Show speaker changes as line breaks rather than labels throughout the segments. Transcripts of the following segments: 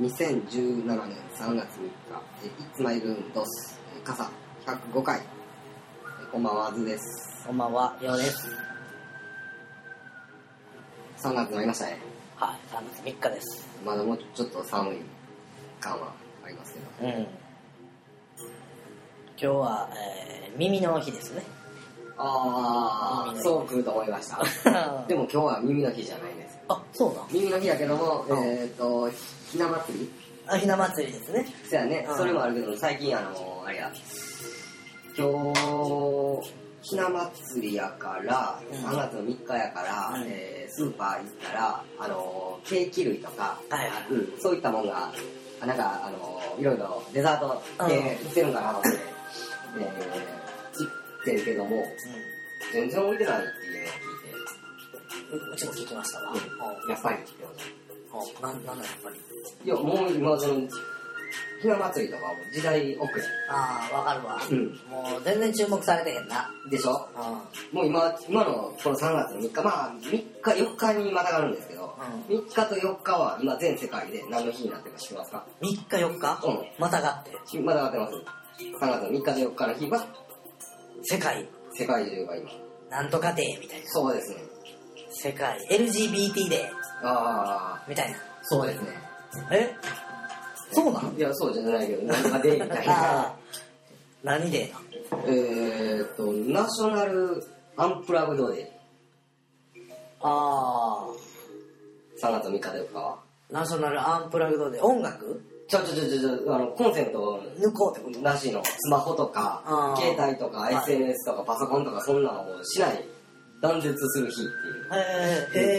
2017年3月3日、えー、It's My Room ドス、えー傘105回、えーこんばんは、ずです。
こんばんは、ようです。
3月になりましたね。
はい、3月3日です。
まだもうちょっと寒い感はありますけど。
うん。今日は、えー、耳の日ですね。
あ
耳
ー、
の日
そう来ると思いました。で
あ、
も今日は耳の日じゃないんですよ。
そうなん
耳の日だけども、
うん
えっ、と、ひな祭り
あ、ひな祭りですね。
そやね、
うん
それもあるけども、最近あの、あれや、今日、ひな祭りやから、
うん
3月の3日やから、
うん
えースーパー行ったら、あの、ケーキ類とか、
はいはい
うん、そういったもんが、あなんか、あの、いろいろデザート系売ってるんかなと思って、えー、切ってるけども、全然置いてないっていうのを聞いて、
うん。うちも聞きましたわ。
うんやっぱりって思って
うん。なん、なんだやっぱり。
いや、もう今、その、ひな祭りとかはもう時代遅れ。
ああ、わかるわ。
うん。
もう全然注目されてへんな。
でしょ
うん。うん。
もう今、今のこの3月の3日、まあ3日、4日にまたがるんですけど、3日と4日は今全世界で何の日になってるか知ってますか
3日4日、
うん
またがって。
またがってます。3月の3日と4日の日は
世界、
世界中が今。
なんとかデーみたいな。
そうですね。
世界、LGBT デー
あ
みたいな。
あ、そうですね。
えそうなの
いや、そうじゃないけど、なんとかでみたいな。
ああ何デーなの
えーっと、ナショナルアンプラグドデ
あ
ー、3月の3日と4日は。
あナショナルアンプラグドで音楽
ちょちょちょちょちょ、あの、コンセント
抜こうってこと
なしのスマホとか
あー
携帯とか
はい
SNS とかパソコンとかそんなのをしない断絶する日っていう
へえ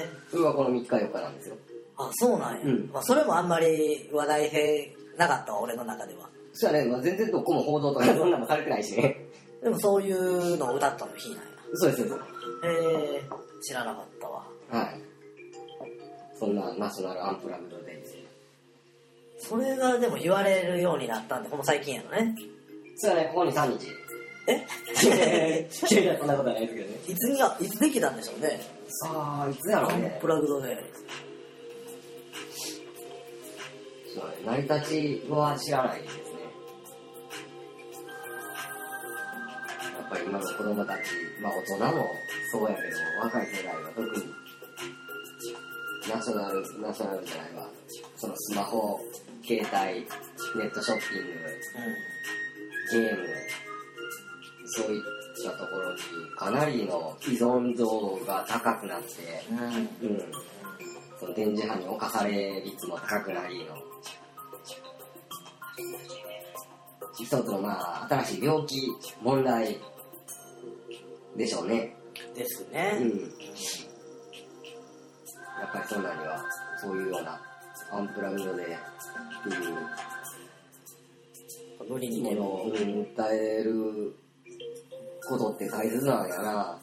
へえ
それがこの3日4日なんですよ
あそうなんや、
うん
まあ、それもあんまり話題へなかったわ俺の中では
そしたらね、まあ、全然どこも報道とか そんなのされてないしね
でもそういうのを歌ったの日なんや
そうですそうで
へえ知らなかったわ
すはいそんなナショナルアンプラグドデイです
それがでも言われるようになったんでほんま最近やのね
そしたらねここに3日
え
いやいやそんなことはないですけどね
いつにはいつできたんでしょうね
さあいつや
ア
ろう
ン
ね
プラグドで
そうね成り立ちは知らないですねやっぱり今の子供たち、まあ大人もそうやけども、若い世代は特に、ナショナル、ナショナルじゃないわ、そのスマホ、携帯、ネットショッピング、ゲーム、そういったところにかなりの依存度が高くなって、
うんうん
うん、その電磁波に侵され率も高くなりの一つのまあ新しい病気問題でしょうね
です
う
ね、
んやっぱりそんなにはそういうようなアンプラグドでっていう
無理に
も
ね
のをうん訴えることって大切なんやな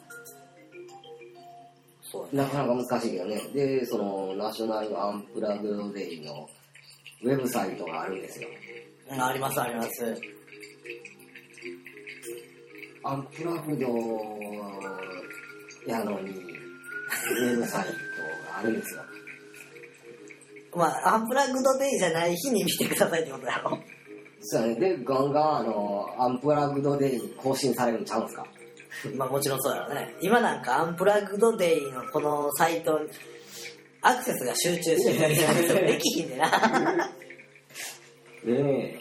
そうや
なかなか難しいけどね。で、その、ナショナルアンプラグドデイのウェブサイトがあるんですよ。
うんありますあります
アンプラグドやのに、ウェブサイトがあるんですよ。
まあ、アンプラグドデイじゃない日に見てくださいってことやろ。
そうやね。で、ガンガン、あの、アンプラグドデイに更新されるんちゃうんすか
まあもちろんそうやろね。今なんかアンプラグドデイのこのサイトにアクセスが集中してるみたいなできひんでな。
ね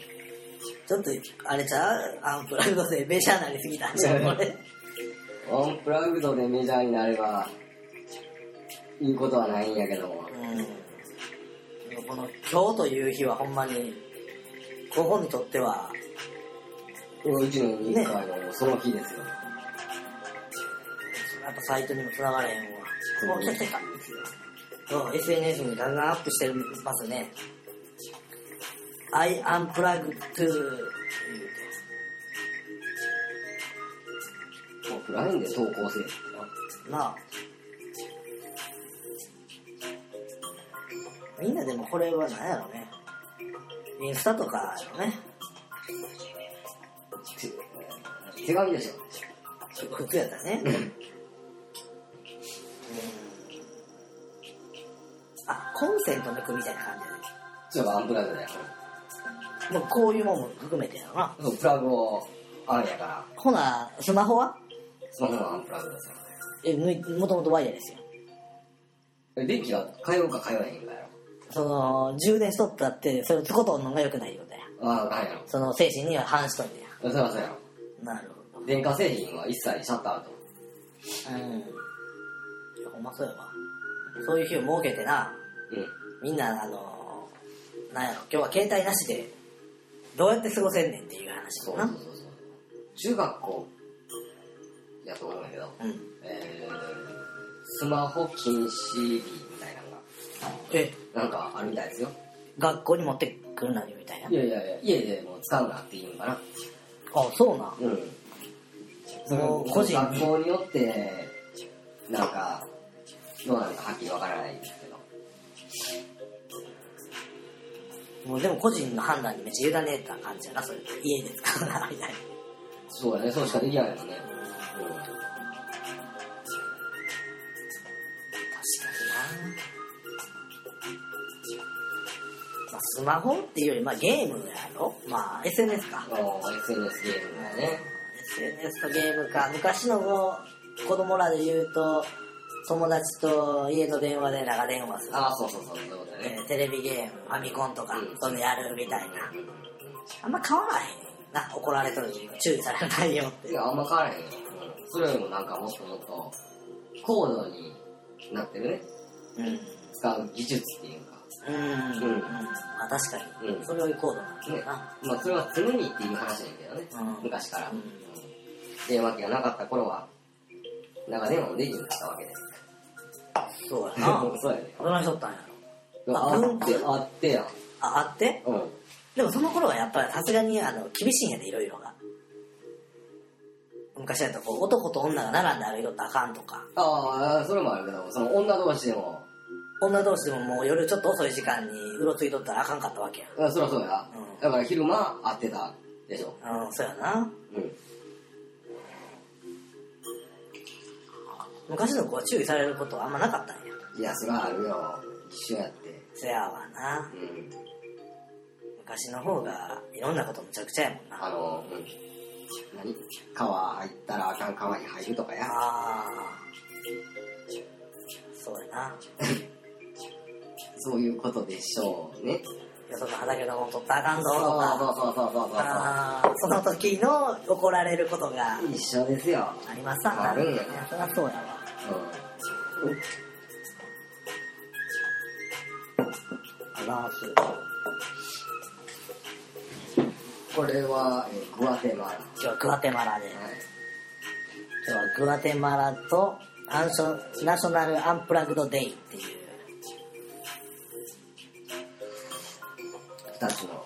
ちょっと、あれちゃうアンプラグドデイメジャーなりすぎたんじゃん、これ。
え。アンプラグドでメジャーになれば、いいことはないんやけども。
うん。でもこの今日という日はほんまに、ここにとっては、
うちの2回のその日ですよ。
やっぱサイトにも繋がれへんわ。
そう
お来た来た来た。うん、SNS にガンガンアップしてますね。I am plugged to
オフラインで投稿する。
なあ。みんなでもこれは何やろね。インスタとかやろね。
手紙でしょ。
普通やったらね。うんあ、コンセント抜くみたいな感じやね。
ちょっとアンプラグだよ。
もうこういうもんも含めてやろな。
そうプラグを、あれやから、
ほな、スマホは
スマホのアンプラグですよ。
え、ぬいもともとワイヤレスやん。
え電気が通うか通わへんかやろ。
その、充電しとったって、それをつことんのが良くないよね。
ああ、はいやろ。
その、精神には反しとんね
そうやそうや。
や。なるほど。
電化製品は一切シャッターと。
うん。いや、ほんまそうやわ。そういう日を設けてな、
うん。
みんな、あの、なんやろ、今日は携帯なしで、どうやって過ごせんねんっていう話
そ
だ
うそうそう。
な
そう。中学校やと思うんだけど、
うん。
えー、スマホ禁止日みたいなの
え、
が、なんかあるみたいですよ。
学校に持ってくるなよみたいな。
いやいやいや、家でもう使うなっていいのかな。
あ、そうなん。
うん。そ
も
の
う
個
個人
人学校によって、なんか、どうなのかはっきりわからないんですけど。
もうでも個人の判断にめっちゃ委ねた感じやな、それ。家で使うな、みたいな。
そうやね、そうしかできないもんね。
確かにな、まあ、スマホっていうより、まあ、ゲームやろまあ SNS か
うん。あの SNS ゲームがね。
SNS とゲームか昔のもう子供らで言うと友達と家の電話で長電話する、
ああ、そうそうそう、そういうことだ
え
ね。
ーテレビゲームファミコンとか、
うん
そういうのやるみたいなあんま変わらへんな怒られとる注意されないよって
いや、あんま変わらへんよ。うんそれよりもなんかもっともっと、高度になってるね。
うんうん、
使う技術っていうか。
うん
うん
まあ確かに、
うん
それを行こうだな、
ね。まあ、それは常にっていう話だけどね。
うん
昔から
うん。
電話機がなかった頃は、長電話もできなかったわけです。
そう やな
そうやね。
どないしとったんやろ
あって、あってやん。
ああって
うん。
でもその頃はやっぱりさすがにあの厳しいんやでいろいろが昔だとこう男と女が並んで歩いとったらあかんとか
ああ、それもあるけど、その女同士でも、
女同士でももう夜ちょっと遅い時間にうろついとったらあかんかったわけや
あそりゃそうや、
うん
だから昼間会ってたでしょ。
うんそうやな
うん。
昔の子は注意されることはあんまなかったんや
いや、そりゃあるよ。一緒やって。
せやわな
うん。
昔の方がいろんなことむちゃくちゃやもんな
あの、うん。何川入ったらあかん川に入るとかや。
ああそうやな
そういうことでしょうね。
よその畑のもん取ったらあかんぞ
そう
とか
そうそうそうそうそ
あーその時の怒られることが
う。一緒ですよ。
ありますわ
あるんやね
そりゃそうやわ
うん。
あらそう
これは、えーグアテマラ。
今日はグアテマラで
はい。
今日はグアテマラとアンショナショナルアンプラグドデイっていう
二つの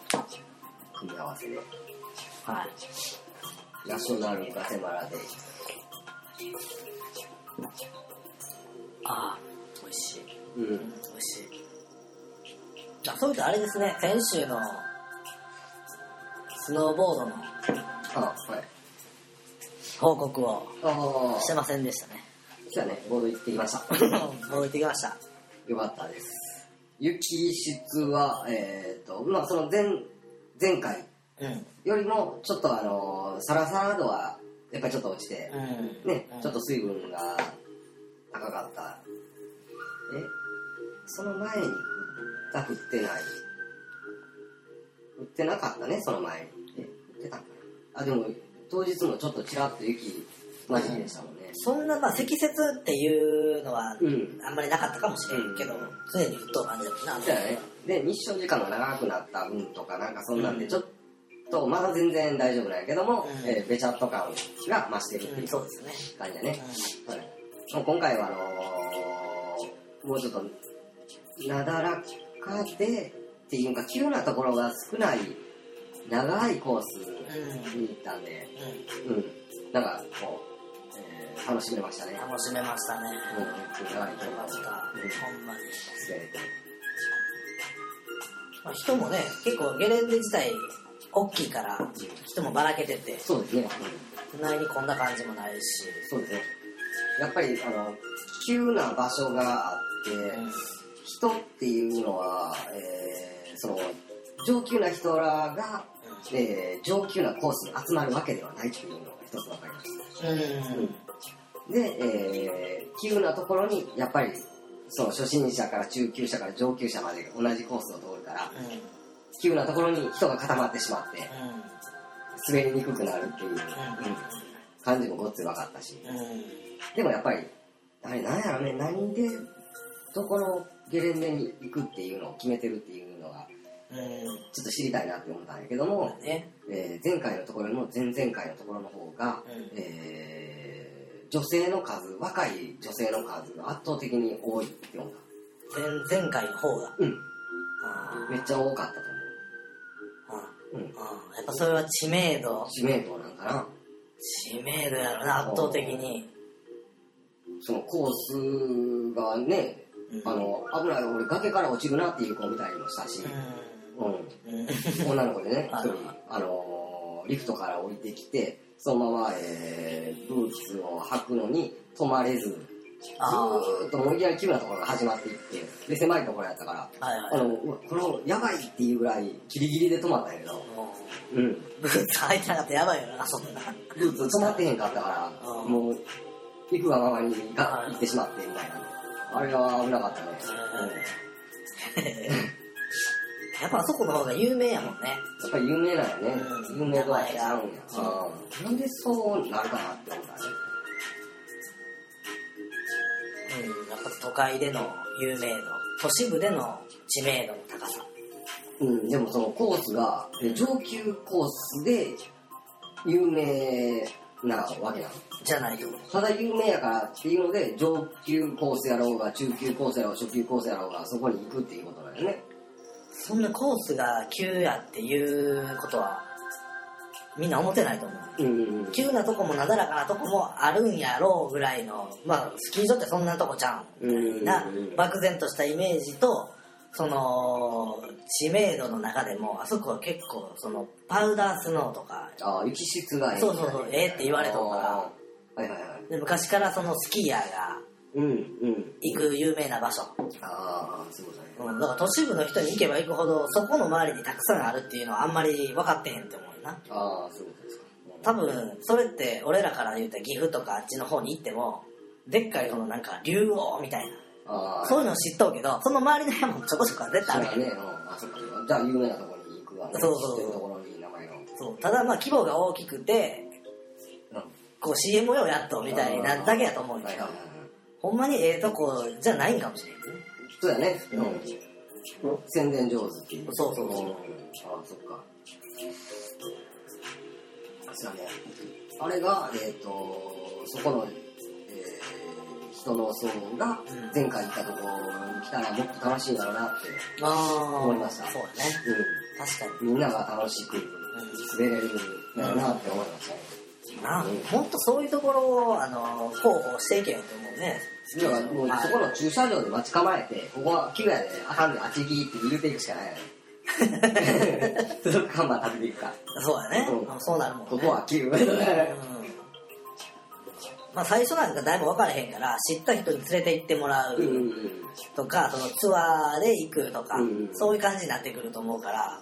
組み合わせで。
はい
ナショナルガテマラで。
ああ美味しい
うん。
美味しいあそういうとあれですね先週のスノーボードの
あ、はい。
報告を
ああ
してませんでした ね
そうやね、ボード行ってきました。
もう行ってきました
よかったです。雪質は、えっ、と、まあ、その前、前回
うん
よりも、ちょっとあのサラサラ度は、やっぱりちょっと落ちて
う、ん
ね
うん、
ちょっと水分が高かった。え、その前に降った、降ってない。降ってなかったね、その前に。え、降ってたんかな。あ、でも、当日もちょっとちらっと雪、混じりでしたもんね。
そんなまあ積雪っていうのは
うん。
あんまりなかったかもしれんけど、
うん
常に沸騰感じだったな、
そうやね。で、日照時間が長くなった分とか、なんかそんなんで、ちょっと、まだ全然大丈夫なんやけども、
うん
えーべちゃっと感が増してるって
う
い
ん
う
そうですね、
感じやね。はい。もう今回は、あのーもうちょっと、なだらかで、っていうか、急なところが少ない、長いコー
う
ス
ん、うん
に行ったんで、
う
うん。なんか、こう、えー楽しめましたね。
ん、楽しめましたね
うん、長い
よ
う
かった、ほんまに、
ん、で
まあ、人もね結構ゲレンデ自体大きいから人もばらけてて
そうですね。うん
内にこんな感じもないし、
そうですね。やっぱり、あの、急な場所があって、
うん
人っていうのは、えーその、上級な人らが、えー上級なコースに集まるわけではないというのが一つ分かりました。
うん。
で、えー、急なところに、やっぱり、その初心者から中級者から上級者まで同じコースを通るから、急なところに人が固まってしまって、滑りにくくなるっていう、うん感じもごっつい分かったし、
うん。うん。
でもやっぱり、あれなんやろね、何で、どこのゲレンデに行くっていうのを決めてるっていうのが、
うん。
ちょっと知りたいなって思ったんやけども、
ね。
えー前回のところよりも前々回のところの方が、
うん
えー女性の数若い女性の数が圧倒的に多いって思っ
前前回の方が。
たうん
あ
めっちゃ多かったと
あ。あ
思う、うん、
あ。やっぱそれは知名度。
知名度なんかな
知名度やろな、圧倒的に。
そのコースがねあの危ない俺崖から落ちるなっていう子みたいにもしたし、うん
うん。うん。
女の子でね一
あ
人あのーリフトから降りてきてそのまま、えーブーツを履くのに止まれずず
あ
ーっと思いやり急なところが始まっていって、で、狭いところやったから、
あ。はい
あ
は
の、うわこの、やばいっていうぐらい、ギリギリで止まったんやけど
い。、も
うん。
う、ブーツ履いてなかったらやばいよな、そんな。
ブーツ止まってへんかったから、
うん
もう、行くがままにが行ってしまって、みたいな。あれは危なかったね。うん
やっぱあそこの方が有名やもんね。
やっぱり有名なんやね。
うん
有名度は違うんや。
名前が
うんなんでそうなるかなって思ったね。
うん。やっぱ都会での有名度。都市部での知名度の高さ。
うん、でもそのコースが、で上級コースで、有名なわけなの。
じゃないと。
ただ有名やからっていうので上級コースやろうが中級コースやろうが初級コースやろうがそこに行くっていうことなんよね
そんなコースが急やっていうことは、みんな思ってないと思
う
う。
んうんうん
急なとこもなだらかなとこもあるんやろうぐらいの、まあ、スキー場ってそんなとこちゃ
う
う
んうんうん
んな、漠然としたイメージと、その、知名度の中でも、あそこは結構、その、パウダースノーとか、
ああ雪質がええ
そうそうそうええって言われとるから
らはいはいはい
で昔からそのスキーヤーが
うんうん
行く有名な場所、
ああそうだね
うん、だから都市部の人に行けば行くほど、そこの周りにたくさんあるっていうのはあんまり分かってへんって思うよな。
ああそうですか
多分、それって俺らから言うたら岐阜とかあっちの方に行っても、でっかいこのなんか竜王みたいな、
ああ
そう
う
いうの知っとうけど、その周りの山もちょこちょこは絶対あるやん
だねうんあそっかじゃあ有名なところに行くわね
そう
知
そうそう
ってるところに名前のうん
そう。ただまあ規模が大きくて、こう CM をやっとみたいになるだけやと思うんだ
はい
け
は
ど
い、はい
ほんまにええとこじゃないんかもしれんね。
そうやね、うん
うん
宣伝上手っていう
そうそうそうん
ああそっかそうやねあれがえっ、とそこの、えー人の層が
うん
前回行ったところに来たらもっと楽しいだろうなって、
ああ
思いました
そうだね。
う
確かに。
ん、みんなが楽しく滑れるだろうなって思いましたね、
なあもっとそういうところを、あの、広報していけよと思うね。
だからもう
はい
そこの駐車場で待ち構えて、ここは急やで、あかんで、あっち行きって言うていくしかないよね。その看板立てていくか。
そうだね
う。ん
そうなるもんね。
ここは急。
うんまあ最初なんかだいぶ分からへんから、知った人に連れて行ってもら
うん
うとか、そのツアーで行くとか
うん、
そういう感じになってくると思うから、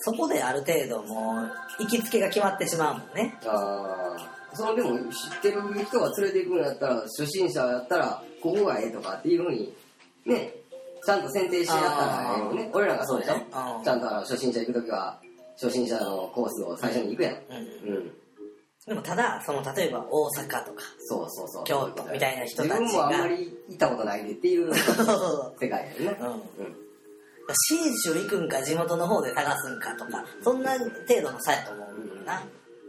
そこである程度もう、行きつけが決まってしまうもんね。
あーそのでも知ってる人が連れていくんやったら初心者やったらここがええとかっていうふうにねちゃんと選定してやったらええよね俺らがそうでしょ、
うん
ちゃんとあの初心者行く時は初心者のコースを最初に行くやん
うん
うん
でもただ、その例えば大阪とか、
そうそうそう
京都みたいな人たちが
自分もあんまり行ったことないでっていう世界やんね
うん
うん
信州行くんか地元の方で探すんかとか、そんな程度の差やと思うな。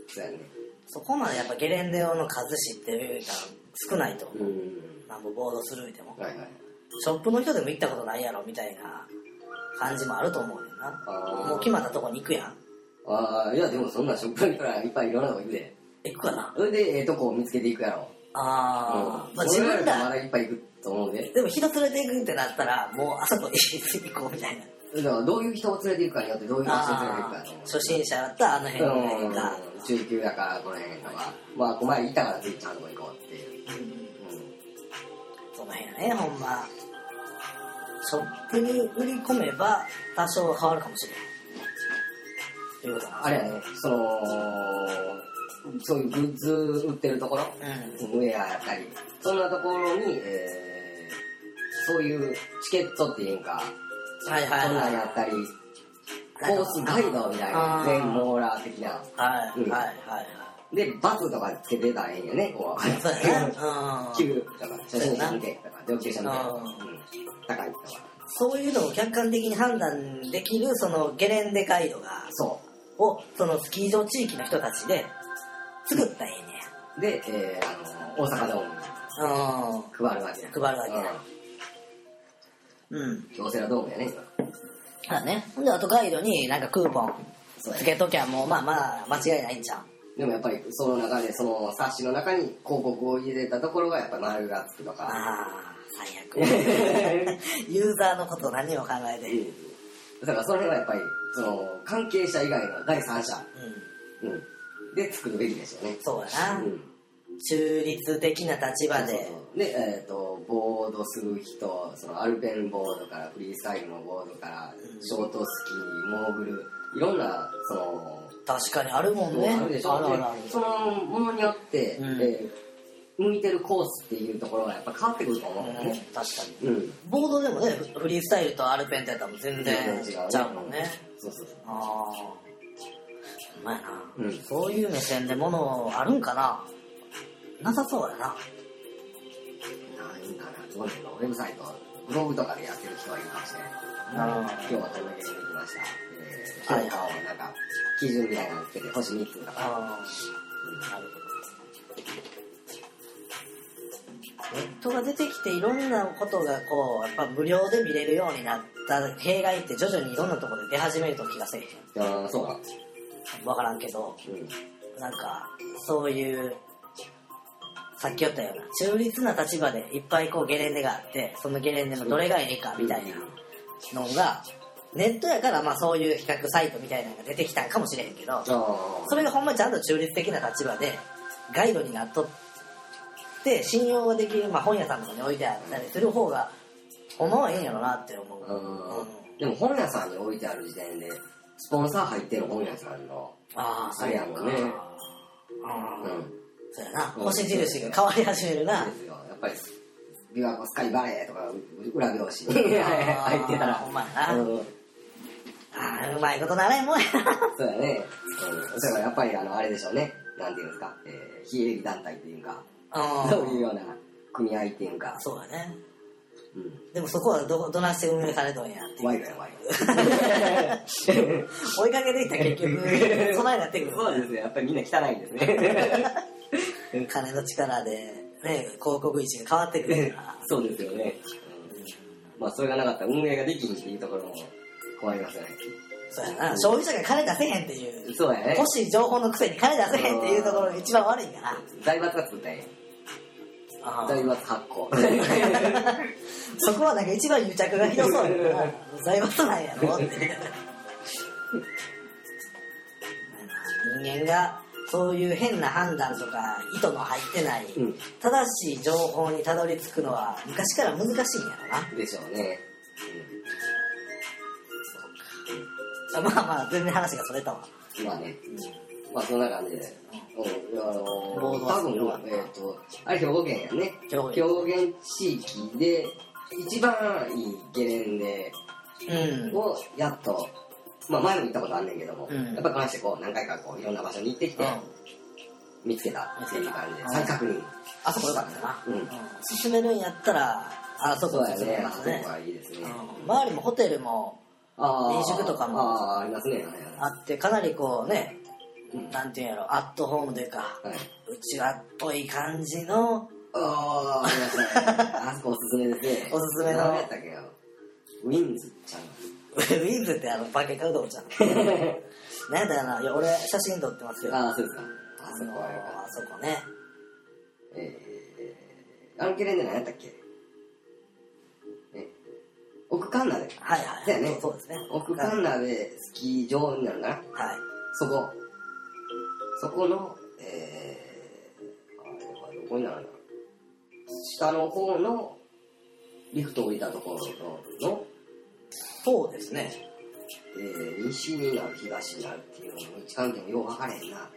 そうやね
そこまでやっぱゲレンデ用の数知ってる人は少ないと思う。
うん
なんぼボードするでも。
はいはい
ショップの人でも行ったことないやろみたいな感じもあると思うよ
あ
な
ー。
もう決まったとこに行くやん。
ああいやでもそんなショップにからいっぱいいろんなとこ行くで
行くかな
それでええとこを見つけていくやろ
ああ、
うん
まあ自分
俺らま
ら、
だいっぱい行くと思うね。
でも人連れて行くってなったら、もうあそこに行こうみたいな。
だからどういう人を連れて行くかによってどういう場所を連れて行くかと思う。
初心者だったらあの辺ぐらいか。
うん中級だからこの辺とか、まあ、こ前いたから次ちゃんとこ行こうっていう。
うん
う
その辺やね、ほんま。ショップに売り込めば多少変わるかもしれない。ということなん
あれやね、その、そういうグッズ売ってるところ、
です。
ウェアやったり、そんなところに、えー、そういうチケットっていうんか、
うん。はいはい
そんな
はい。
んやったり、コースガイドみたいな、
あー
全モーラー的な。
はい
うん
はいはい。
で、バツとかつけてたらええんよね、こう。
そうやな。うん。
旧とか、初心者向けとか、上級者向けとか、うん高いとか。
そういうのを客観的に判断できる、そのゲレンデガイドが、
そ
を、そのスキー場地域の人たちで、作ったらえ
う。で、えー、あの、大阪ドームに
えねや。うん。
配るわけや。
配るわけや
うん。
うん。
京セラドームやね、今
だね。ほんで、あとガイドになんかクーポン
そうや
つけときゃもう、まあまあ、間違いないんじゃん。
でもやっぱりその中でその冊子の中に広告を入れたところがやっぱ丸がつくと
あ
か、
あ、最悪。ユーザーのこと何も考えて。
う
うん。
んだからその辺はやっぱりその関係者以外の第三者、うん、で作るべきですよね。
そうやな。
うん
中立的な立場で。
で、えっとボードする人そのアルペンボードからフリースタイルのボードから
うん
ショートスキーモーグルいろんなその
確かにあるもんね。
あるでしょ
あるあるある
でそのものによって、
うん
えー向いてるコースっていうところがやっぱ変わってくると思うんだよ
うん
ね。
確かに。
うん
ボードでもね、フフリースタイルとアルペンってやったらもう全然
違
ち
う
ゃうもんね。
そうそうそう
ああ。うまいな。
うん
そういう目線でものあるんかななさそうやな。
何かなどういうのウェブサイトブログとかでやってる人はいるかもしれない
なるほど
今日はこんだけできました、え
は
ー、
い
評価をなんか基準みたいなのつけて星3つとか
ああ。なるほど。ネットが出てきていろんなことがこう、やっぱ無料で見れるようになった弊害って徐々にいろんなところで出始めると気がせえへ
いやーそうか
ん。わからんけど。
うん
なんか、そういう、さっき言ったような、中立な立場でいっぱいこうゲレンデがあって、そのゲレンデのどれがいいかみたいなのが、ネットやからまあそういう比較サイトみたいなのが出てきたんかもしれへんけど
あ、ー
それがほんまちゃんと中立的な立場で、ガイドになっとって、信用ができる、まあ本屋さんとかに置いてあったりする方が、ほんまはええんやろなって思う。
うんでも本屋さんに置いてある時点でスポンサー入ってる本屋さんの
ああ、そうやも
あ
ん
れ
ね
やもんね。
うん
うん
そうやな、星印が変わり始めるな。
ですよやっぱり琵琶湖スカイバレーとか裏表紙に入ってたら
ほんまやな。
うん
あーうまいことならんもんやな。
そうだね。うん。だからやっぱりあの、あれでしょうね。なんていうんですか。えー、非営利団体っていうか、そういうような組合っていうか、
そうだね。
うん。
でもそこはど、どなして運営されとんやっていう。
ワイドやワイ ド。
追いかけてきたら結 局、備えになってくる。
そうですね。やっぱりみんな汚いんですね。
金の力で、ね、広告位置が変わってくるから。
そうですよね。うん、まあ、それがなかったら運営ができんっていうところも困りますよね。
そうやな。消費者が金出せへんっていう。
そうだよね
欲。しい情報のくせに金出せへんっていうところが一番悪いんかな。
財閥が作ったんや
あ
財
ー
閥発 行。う
そこはなんか一番癒着がひどそう やな。財閥なんやろって。人間がそういう変な判断とか意図の入ってない、
ん
正しい情報にたどり着くのは昔から難しいんやろな。
でしょうね。
まあまあ、全然話がそれたわ。
うん、まあね。まあ、そんな感じで。うん、あの
労働
多分
するよう、に
えっ、と、あれ兵庫県やね。
兵庫県
兵庫県地域で、一番いいゲレンデ
うん。
をやっと、まあ前も行ったことあんねんけども、
うん
やっぱこなしてこう何回かこういろんな場所に行ってきて、見つけたっていう感じで、
見つけた
再確認。
あそこ良かったな。
うん
うん進めるんやったら、あそこ
そう
は
だよ
進め
ね、
ま
あそ
す
こ
ね。
はいいですね。
うん周りもホテルも
あー
飲食とかも
あーありますね。はい
あって、かなりこうね、
うん
なんていうんやろ、アットホームというか、
はいう
ちわっぽい感じの、
ああ、ありましたね。あそこおすすめですね。
おすすめの
何やったっけよ。ウィンズちゃん。
ウィンズってあの、バケ買うとこじゃん。 なんだよな、いや、俺、写真撮ってますよ。
ああ、そうですか。あ
あ
そ
の
こはよかった。
あそこね。
えー、アンケレンデ何やったっけえ奥カンナで。
はいはい。
だよね
そうですね。
奥カンナでスキー場になるかな
はい。
そこ。そこの、えー、あれはどこになるの下の方のリフトを置いたところの、
そうですね。
えー、西になる東になるっていう位置関係もよう分かれへんな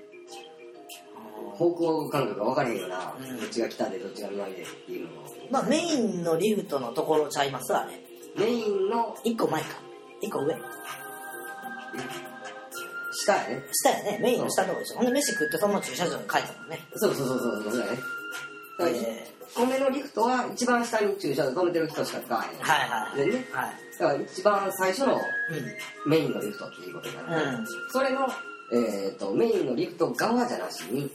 方向感覚が分かれへんよな、
うん
どっちが北でどっちが南でっていうのも
まあメインのリフトのところちゃいますわね。
メインの
一個前か。一個上。
下やね
下やね。メインの下のとこでしょ。ほんで飯食ってそのまま駐車場に帰ったもんね。
そうそうそうそうそうだねだから
え
1個目のリフトは一番下に駐車場止めてる人しか使わへん
ーはいはい。
でね
はい。
だから一番最初の
う
メインのリフトっていうことになる、
ん。うん。
それの、えー、とメインのリフト側じゃなしに、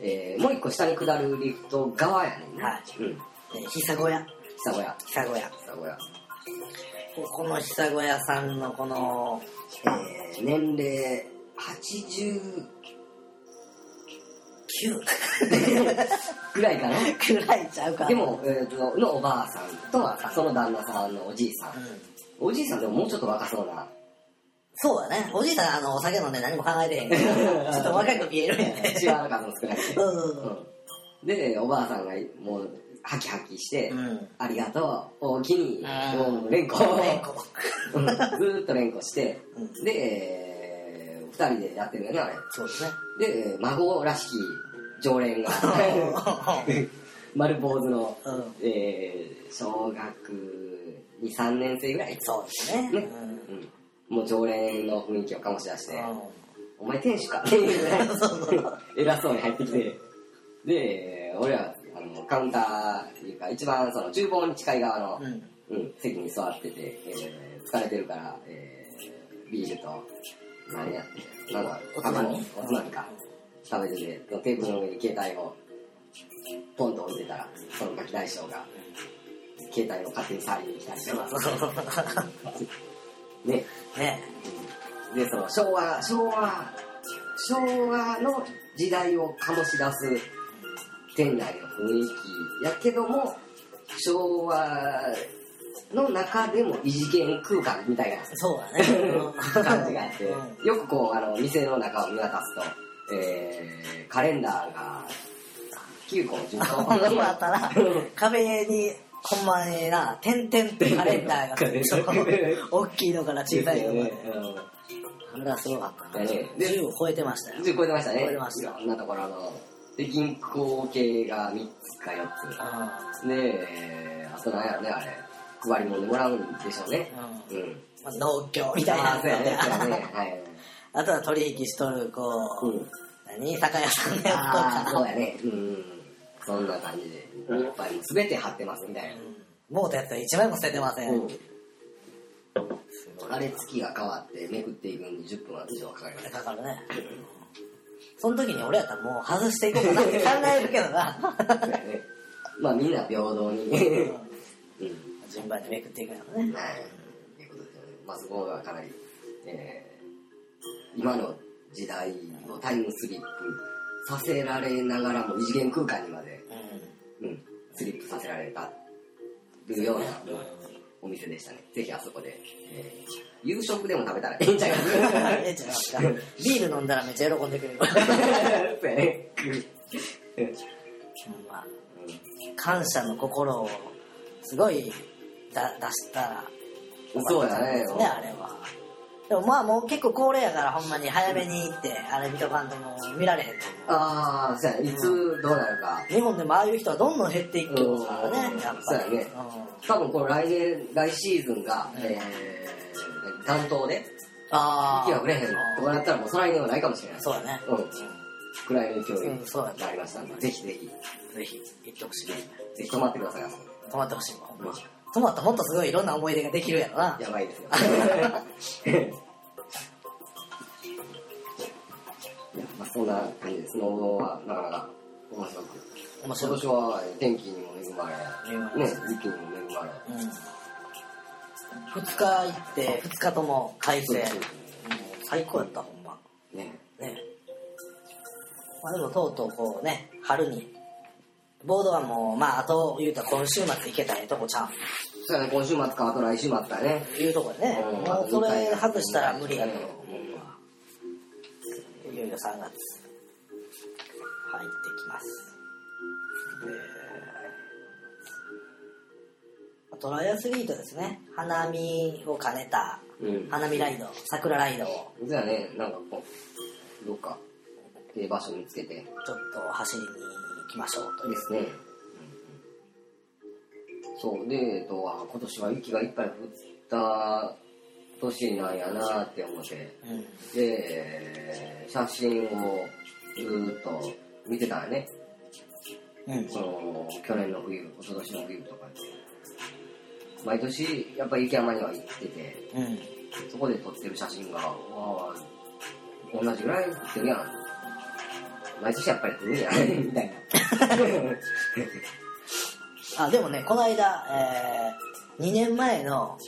えーもう一個下に下るリフト側やねんな
はい
うん
えー、ひさごや。
下小屋
ひさごや。
下小屋
ここのひさごやさんのこの、
えー年齢80
9
ぐらいかな
くらいちゃうかな。
でも、えー、とのおばあさんとはその旦那さんのおじいさん
うん。
おじいさんでももうちょっと若そうな
そうだね。おじいさん、あの、お酒飲んで何も考えてへんけど、ちょっと若く見えるよね。
血はかの少ない、
う
うん、でおばあさんがもうハキハキして「
ん。うん。
ありがとうおおきに」
うん
もう連呼
ねこ
うんずーっと連呼して
ううん。
で、えー、2人でやってるよねあれ
そうですね。
で、えー孫らしき常連 が丸坊主の、
うん。
えー、小学23年生ぐらい、
そうです
ね
ね。うん。
うん、もう常連の雰囲気を醸し出して、
う
お前店主かっていう ね偉そうに入ってきてで俺はあのカウンターっていうか一番その厨房に近い側の、
ん。うん。
うん、席に座ってて、えー疲れてるから、えービールと何やってなんだ
おつまみ
おつまみか食べててそのテーブルの上に携帯をポンと置いてたらそのガキ大将が携帯を勝手に触りに来たりしてま
そうそうそう
す ね
ね
でその昭和昭和昭和の時代を醸し出す店内の雰囲気やけども昭和の中でも異次元空間みたい
そうだね。
な感じがあって
う
よくこうあの店の中を見渡すと、えーカレンダーが9個10
ん。
個
今 あったら、壁に、ほんまにな、点々ってカレンダーが、ちょっと大きいのから小さいのまで。あれはすごかったな。
ね
10を超えてましたよ。
10超えてましたね
超えてました
いろんなところので銀行系が3つか4つ
あ
ねえ、あとなんやろね、あれ。配り物でもらうんでしょうね
あ。うん。
うん。
まあ農協みたい
あーそうやね、そうや
な。
ね。はい。
あとは取引しとる、こう、
うん。
何酒屋さんのやつと
ああ、
か。
そうやね。うん。そんな感じで。やっぱり全て貼ってますみたいな。
もうたやつは一枚も捨ててません。
うん。
す
あれ、月が変わってめくっていくのに10分は以上かか ります。
だからね。その時に俺やったらもう外していこうかなって考えるけどな。
そうやね。 まあみんな平等に。うん。
順番にめくっていくやろね。
はい。ということで、まあそこがかなり、えー、今の時代のタイムスリップさせられながらも異次元空間にまで
う
うん、スリップさせられたるようなお店でしたね。ぜひあそこで、えー夕食でも食べたらいいんじゃないかな。
ん。ええじゃないですか。ビール飲んだらめっちゃ喜んでくれる。
そうやね
ほんま感謝の心をすごいだ出したら
そうやね
ねあれはでもまあもう結構高齢やからほんまに早めに行ってあれ見とかんともう見られへんと思
ああ、そうやね。いつどうなるか。
う日本でもああいう人はどんどん減っていってますから
うん
ねやっぱり
そうやね多分この来年、来シーズンが、
うん
えー、担当で、
ああ
雪が売れへんとかなったらもう再来年はないかもしれない。
そうだね
うん。くらいの勢い
うんそうや
になりましたんで、ぜひぜひ、
ぜひ行ってほしいね
ぜひ泊まってください、あそこで
泊まってほしいもん
うん
泊まったらもっとすごいいろんな思い出ができるやろな
やばいです よ。いやまあ、そんな感じです。スノボはなかなか面白く。
面
今
白い
年は天気にも恵まれ、
うん
ね、雪にも恵まれ。
うん2日行って2日とも快晴うん最高やったほんま
ね。
ねまあでもとうとうこうね春にボードはもうまああと言うたら今週末行けたらええとこちゃう
そやね、今週末か、あと来週末かね。
いうとこでね
うん
もうそれ外したら無理やと思うわいよいよ3月入ってきますえートライアスリートですね花見を兼ねた
うん
花見ライド桜ライドを
じゃあね、なんかこう、どっか、ええ場所見つけて、いいで
ちょっと走りに行きましょうという
すね。そう、で、えっと、あ今年は雪がいっぱい降った年なんやなって思って、
うん
で、写真をずーっと見てたらね、
うん
その、去年の冬、一昨年の冬とか毎年、やっぱ雪山には行ってて、
うん
そこで撮ってる写真が、わあ同じぐらい撮ってるやん。毎年やっぱり撮るんやん、みたいな。
あでもねこの間、え2年前の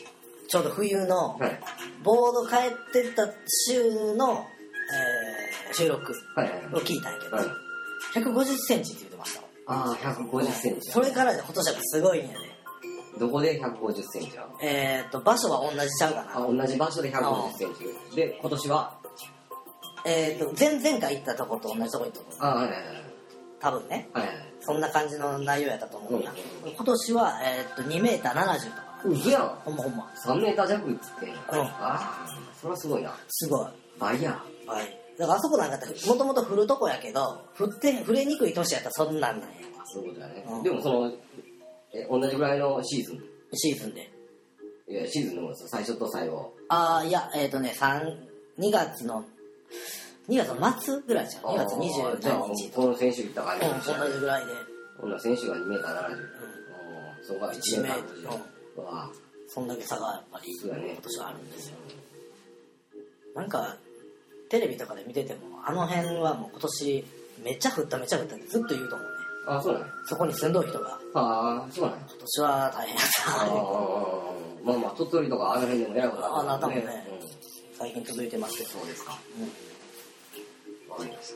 ちょうど冬の
はい。
ボード帰ってった週の、えー収録
はいはい
を
は
聞いたんやけ
い。
ど、
はい、
150センチって言ってましたわ
ああ、150センチ。
それからねフォトショップすごいんやね
どこで150センチなの
えっ、と場所は同じちゃうか
あ、
な
同じ場所で150センチ。で、今年は
えっ、と前々回行ったとこと同じとこ行ったとこ
ああ、はいはい
多分ね
はい。はいはい。
そんな感じの内容やったと思うな、
う
今年は、えー、と2メーター70とか
うずやん。
ほんまほんま
3メーター弱っつって。
ん
ああ、そりゃすごいな。
すごい
倍や。
はい。だからあそこなんかって、もともと振るとこやけど、振って、振れにくい年やったらそんなんなんや。
そういうことだね
うん。
でもその、え、同じぐらいのシーズン。
シーズンで。
いや、シーズンのもんですよ最初と最後。
ああ、いや、えっ、とね、三2月の、2月の末ぐらいじゃん。2月
あーじゃあ
27日と
この選手行った感じ
うん、同じぐらいで。
こんな選手が2メーター70。うん、そうか、1メーター
1
50
メーター。
うわ
そんだけ差がやっぱり、
そうだね
今年はあるんですよ。なんか、テレビとかで見てても、あの辺はもう今年、めっちゃ降っためっちゃ降ったってずっと言うと思うね。
あ、そうなんや
そこに住んどる人が、
ああ、そうなんや
今年は大変や
あ
な。
ーまあまあ、鳥取とかあの辺でも偉くな
あなったもんね
うん
最近続いてますけど。
そうですか。
うん
わかりまし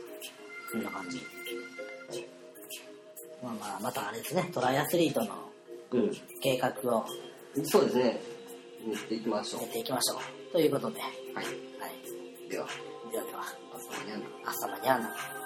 こんな感じ。まあまあ、またあれですね、トライアスリートの
た。う
計画を
ん。そうですね。行っていきましょ
やっていきましょう。ということで、は
う。はい。
い。
では、
ではでは、
あそこにある
朝まにゃな。
は